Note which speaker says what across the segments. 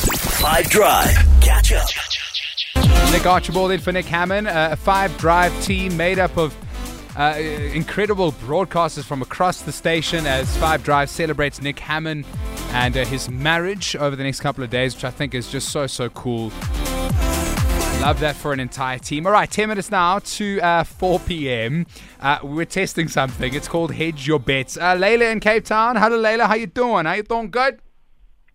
Speaker 1: Five Drive. Catch up.
Speaker 2: Nick Archibald in for Nick Hammond, uh, a five drive team made up of uh, incredible broadcasters from across the station as Five Drive celebrates Nick Hammond and uh, his marriage over the next couple of days, which I think is just so, so cool. Love that for an entire team. All right, 10 minutes now to uh, 4 p.m. Uh, we're testing something. It's called Hedge Your Bets. Uh, Layla in Cape Town. Hello, Layla. How you doing? How you doing? Good?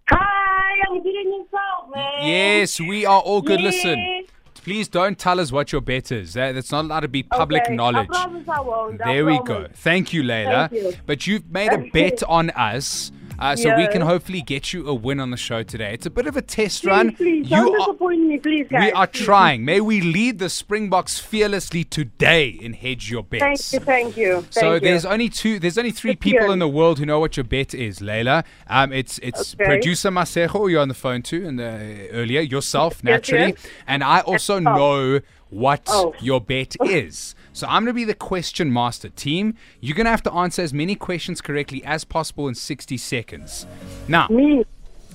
Speaker 3: Hi, I'm getting yourself, man.
Speaker 2: Yes, we are all good. Listen,
Speaker 3: Yes.
Speaker 2: please don't tell us what your bet is. That, that's not allowed to be public
Speaker 3: Okay,
Speaker 2: knowledge.
Speaker 3: I promise I won't. I
Speaker 2: There we go.
Speaker 3: promise.
Speaker 2: Thank you, Layla.
Speaker 3: Thank you.
Speaker 2: But you've made a bet on us. Uh, so we can
Speaker 3: Yes.
Speaker 2: hopefully get you a win on the show today. It's a bit of a test
Speaker 3: Please,
Speaker 2: run.
Speaker 3: please,
Speaker 2: you
Speaker 3: don't
Speaker 2: are,
Speaker 3: disappoint me, please, guys.
Speaker 2: we are
Speaker 3: Please.
Speaker 2: trying. May we lead the Springboks fearlessly today in hedge your bets.
Speaker 3: Thank you, thank you. Thank
Speaker 2: So
Speaker 3: you.
Speaker 2: there's only two, there's only three people
Speaker 3: good.
Speaker 2: in the world who know what your bet is, Layla. Um, it's it's
Speaker 3: Okay.
Speaker 2: producer Masejo, who you're on the phone to, and the, earlier yourself naturally,
Speaker 3: yes.
Speaker 2: and I also
Speaker 3: oh.
Speaker 2: know what
Speaker 3: Oh.
Speaker 2: your bet is. So I'm gonna be the question master team. You're gonna have to answer as many questions correctly as possible in 60 seconds. Now
Speaker 3: me.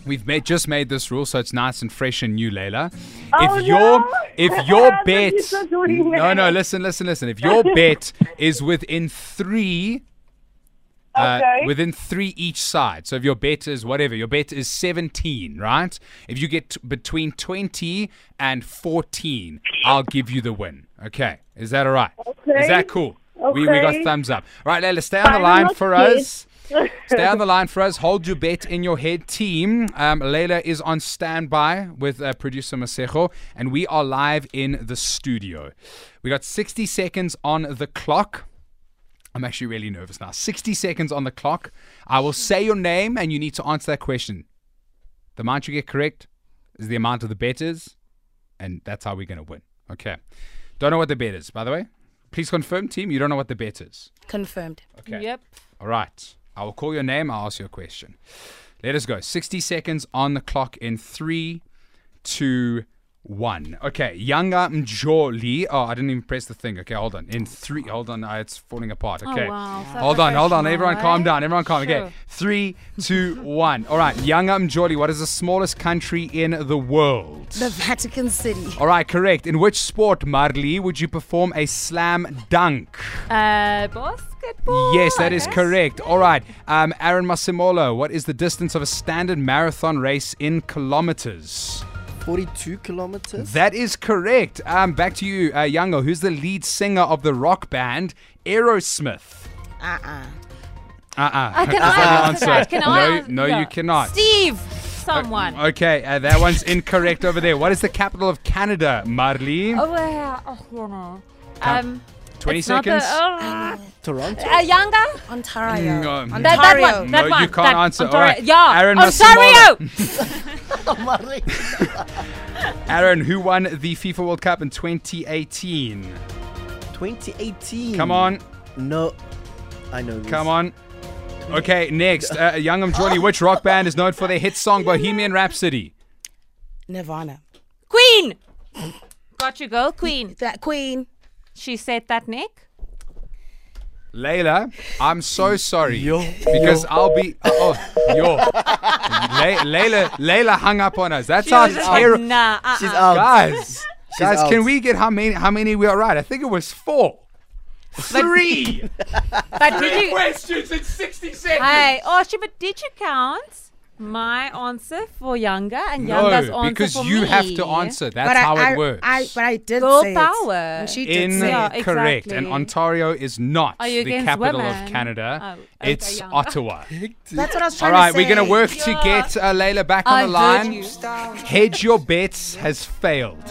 Speaker 2: we've made, just made this rule, so it's nice and fresh and new, Layla.
Speaker 3: Oh,
Speaker 2: if your
Speaker 3: no.
Speaker 2: if your
Speaker 3: But
Speaker 2: bet
Speaker 3: you're so doing
Speaker 2: no
Speaker 3: that.
Speaker 2: no listen listen listen if your bet is within three uh,
Speaker 3: Okay.
Speaker 2: within three each side. So if your bet is whatever, your bet is 17, right? If you get t- between 20 and 14, I'll give you the win. Okay. Is that all right? Is
Speaker 3: Okay.
Speaker 2: that cool? We, we got
Speaker 3: Okay.
Speaker 2: thumbs up. All right, Layla, stay on the
Speaker 3: Fine,
Speaker 2: line
Speaker 3: I'm
Speaker 2: for
Speaker 3: okay.
Speaker 2: us. Stay on the line for us. Hold your bet in your head, team. Um, Layla is on standby with uh, producer Masejo, and we are live in the studio. We got 60 seconds on the clock. I'm actually really nervous now. 60 seconds on the clock. I will say your name, and you need to answer that question. The amount you get correct is the amount of the bet is, and that's how we're going to win. Okay. Don't know what the bet is, by the way. Please confirm, team. You don't know what the bet is.
Speaker 4: Confirmed.
Speaker 2: Okay.
Speaker 5: Yep.
Speaker 2: All right. I will call your name. I'll ask you a question. Let us go. 60 seconds on the clock in three, two, one. Okay. Yanga Mjoli. Oh, I didn't even press the thing. Okay. Hold on. In three. Hold on. Uh, It's falling apart. Okay.
Speaker 5: Oh, wow. So
Speaker 2: Hold on. Hold on.
Speaker 5: professional,
Speaker 2: Everyone calm
Speaker 5: eh?
Speaker 2: down. Everyone calm. Okay.
Speaker 5: Sure.
Speaker 2: Three, two, one. All right. Yanga Mjoli. What is the smallest country in the world?
Speaker 4: The Vatican City.
Speaker 2: All right. Correct. In which sport, Marley, would you perform a slam dunk?
Speaker 5: Uh, basketball.
Speaker 2: Yes, that
Speaker 5: I
Speaker 2: is
Speaker 5: guess.
Speaker 2: correct. All right. Um, Aaron Massimolo, what is the distance of a standard marathon race in kilometers?
Speaker 6: 42 kilometers.
Speaker 2: That is correct. Um, back to you, uh, Yango. Who's the lead singer of the rock band Aerosmith?
Speaker 4: Uh
Speaker 5: Uh-uh.
Speaker 4: uh
Speaker 2: Uh uh
Speaker 5: I can I answer that? Can I
Speaker 2: no,
Speaker 5: answer
Speaker 2: no, you
Speaker 5: that?
Speaker 2: cannot.
Speaker 5: Steve, someone.
Speaker 2: Okay, uh, that one's incorrect over there. What is the capital of Canada, Marley?
Speaker 5: oh, yeah. Oh, you know. Um,
Speaker 2: 20
Speaker 5: it's not
Speaker 2: seconds.
Speaker 5: The, oh,
Speaker 6: Toronto.
Speaker 5: uh, Yanga?
Speaker 4: Ontario.
Speaker 2: Mm, um,
Speaker 4: Ontario.
Speaker 5: That, that one. That
Speaker 2: No,
Speaker 5: one.
Speaker 2: you can't
Speaker 5: that,
Speaker 2: answer. All
Speaker 5: Ontario.
Speaker 2: right.
Speaker 5: Yeah.
Speaker 2: Aaron
Speaker 5: Ontario.
Speaker 2: Aaron, who won the FIFA World Cup in 2018?
Speaker 6: 2018.
Speaker 2: Come
Speaker 5: Hmm.
Speaker 2: on.
Speaker 6: No, I know. This.
Speaker 2: Come on. Okay, next. Uh, Young and Jordy, which rock band is known for their hit song Bohemian Rhapsody?
Speaker 4: Mm. Nirvana.
Speaker 5: Queen. Got you, girl. Queen.
Speaker 4: That Queen.
Speaker 5: She said that, Nick.
Speaker 2: Layla, I'm so sorry.
Speaker 6: Yo.
Speaker 2: Because I'll be. Oh, yo. Lay, Layla, Layla hung up on us. That's how
Speaker 5: She was like,
Speaker 2: terrible.
Speaker 5: Nah. Uh-uh.
Speaker 6: She's out.
Speaker 2: Guys, guys,
Speaker 6: out.
Speaker 2: can we get how many? How many we are right? I think it was four. Three
Speaker 5: But did you?
Speaker 2: questions in 60 seconds.
Speaker 5: Hey, Archie, but did you count my answer for Younger and Younger's
Speaker 2: no,
Speaker 5: answer
Speaker 2: because
Speaker 5: for
Speaker 2: you have
Speaker 5: me?
Speaker 2: to answer. That's
Speaker 4: But I-
Speaker 2: how
Speaker 4: I,
Speaker 2: it works.
Speaker 4: I, but I did
Speaker 5: Girl
Speaker 4: say it.
Speaker 5: power.
Speaker 4: And she did say
Speaker 5: Yeah,
Speaker 4: it.
Speaker 2: Incorrect. And
Speaker 5: exactly.
Speaker 2: Ontario is not
Speaker 5: Are you
Speaker 2: the
Speaker 5: against
Speaker 2: capital of
Speaker 5: women?
Speaker 2: Canada.
Speaker 5: Oh, okay,
Speaker 2: it's
Speaker 5: yeah.
Speaker 2: Ottawa.
Speaker 4: That's what I was
Speaker 2: All
Speaker 4: trying
Speaker 2: right,
Speaker 4: to
Speaker 2: we're
Speaker 4: say.
Speaker 2: going to work to
Speaker 5: Yeah.
Speaker 2: get uh, Layla back
Speaker 5: I
Speaker 2: on the line.
Speaker 5: heard you.
Speaker 2: Hedge your bets has failed.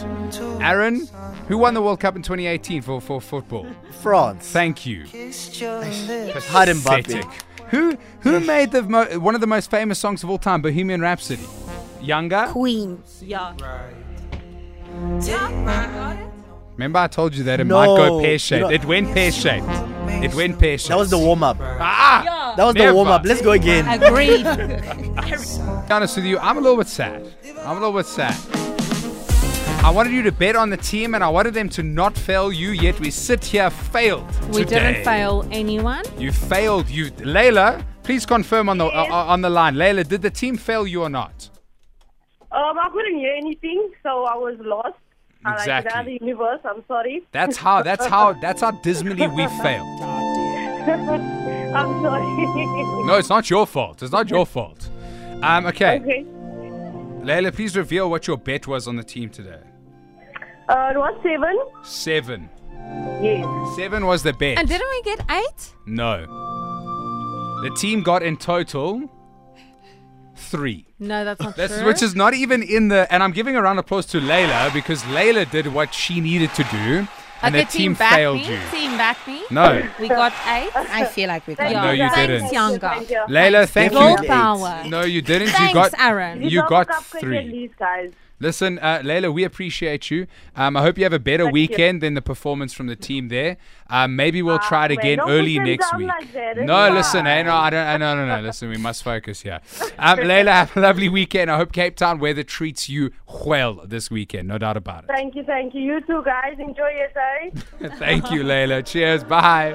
Speaker 2: Aaron, who won the World Cup in 2018 for, for football?
Speaker 6: France.
Speaker 2: Thank you.
Speaker 6: Hide and Mbappe.
Speaker 2: Pathetic. Who who made the mo- one of the most famous songs of all time, Bohemian Rhapsody? Younger.
Speaker 4: Queen.
Speaker 5: Yeah.
Speaker 2: Remember, I told you that it
Speaker 6: No,
Speaker 2: might go
Speaker 6: you
Speaker 2: pear shaped.
Speaker 6: know-
Speaker 2: it went pear shaped. It went pear shaped.
Speaker 6: That was the warm up.
Speaker 2: ah.
Speaker 5: Yeah.
Speaker 6: That was
Speaker 2: Never.
Speaker 6: the warm up. Let's go again.
Speaker 5: Agreed.
Speaker 2: be honest with you, I'm a little bit sad. I'm a little bit sad. I wanted you to bet on the team and I wanted them to not fail you, yet we sit here failed.
Speaker 5: we
Speaker 2: today.
Speaker 5: didn't fail anyone.
Speaker 2: You failed. You, Layla, please confirm on the uh, on the line. Layla, did the team fail you or not?
Speaker 3: Uh, Um, I couldn't hear anything, so I was lost. I like
Speaker 2: Exactly.
Speaker 3: that the universe. I'm sorry.
Speaker 2: That's how. That's how. That's how dismally we failed.
Speaker 3: I'm sorry.
Speaker 2: No, it's not your fault. It's not your fault. Um. Okay.
Speaker 3: okay.
Speaker 2: Layla, please reveal what your bet was on the team today.
Speaker 3: Uh, it was seven.
Speaker 2: Seven.
Speaker 3: Yes.
Speaker 2: Seven was the bet.
Speaker 5: And didn't we get eight?
Speaker 2: no. The team got in total three.
Speaker 5: No, that's not
Speaker 2: That's
Speaker 5: true.
Speaker 2: which is not even in the. And I'm giving a round of applause to Layla because Layla did what she needed to do, and
Speaker 5: okay,
Speaker 2: the team,
Speaker 5: back
Speaker 2: failed
Speaker 5: me.
Speaker 2: you.
Speaker 5: Team back me.
Speaker 2: No.
Speaker 5: We got eight.
Speaker 4: I feel like we got
Speaker 2: No, you
Speaker 5: Thanks,
Speaker 2: didn't.
Speaker 5: Younger.
Speaker 3: Thank you.
Speaker 2: Layla, thank
Speaker 5: Roll
Speaker 6: Definitely
Speaker 2: you.
Speaker 6: eight.
Speaker 5: power.
Speaker 2: No, you didn't.
Speaker 5: Thanks,
Speaker 2: you got
Speaker 5: Aaron.
Speaker 2: You
Speaker 3: Yourself
Speaker 2: got
Speaker 3: a cupcake
Speaker 2: three.
Speaker 3: At least, guys.
Speaker 2: Listen, uh, Layla, we appreciate you. Um, I hope you have a better
Speaker 3: Thank you.
Speaker 2: weekend than the performance from the team there. Um, maybe we'll
Speaker 3: Ah,
Speaker 2: try it
Speaker 3: man,
Speaker 2: again
Speaker 3: don't put
Speaker 2: early
Speaker 3: them
Speaker 2: next
Speaker 3: down
Speaker 2: week.
Speaker 3: like that. It's
Speaker 2: no,
Speaker 3: fine.
Speaker 2: listen, eh, no, I don't, eh, no, no, no, listen, we must focus here. Um, Layla, have a lovely weekend. I hope Cape Town weather treats you well this weekend, no doubt about it.
Speaker 3: Thank you, thank you. You too, guys. Enjoy your day.
Speaker 2: Thank you, Layla. Cheers. Bye.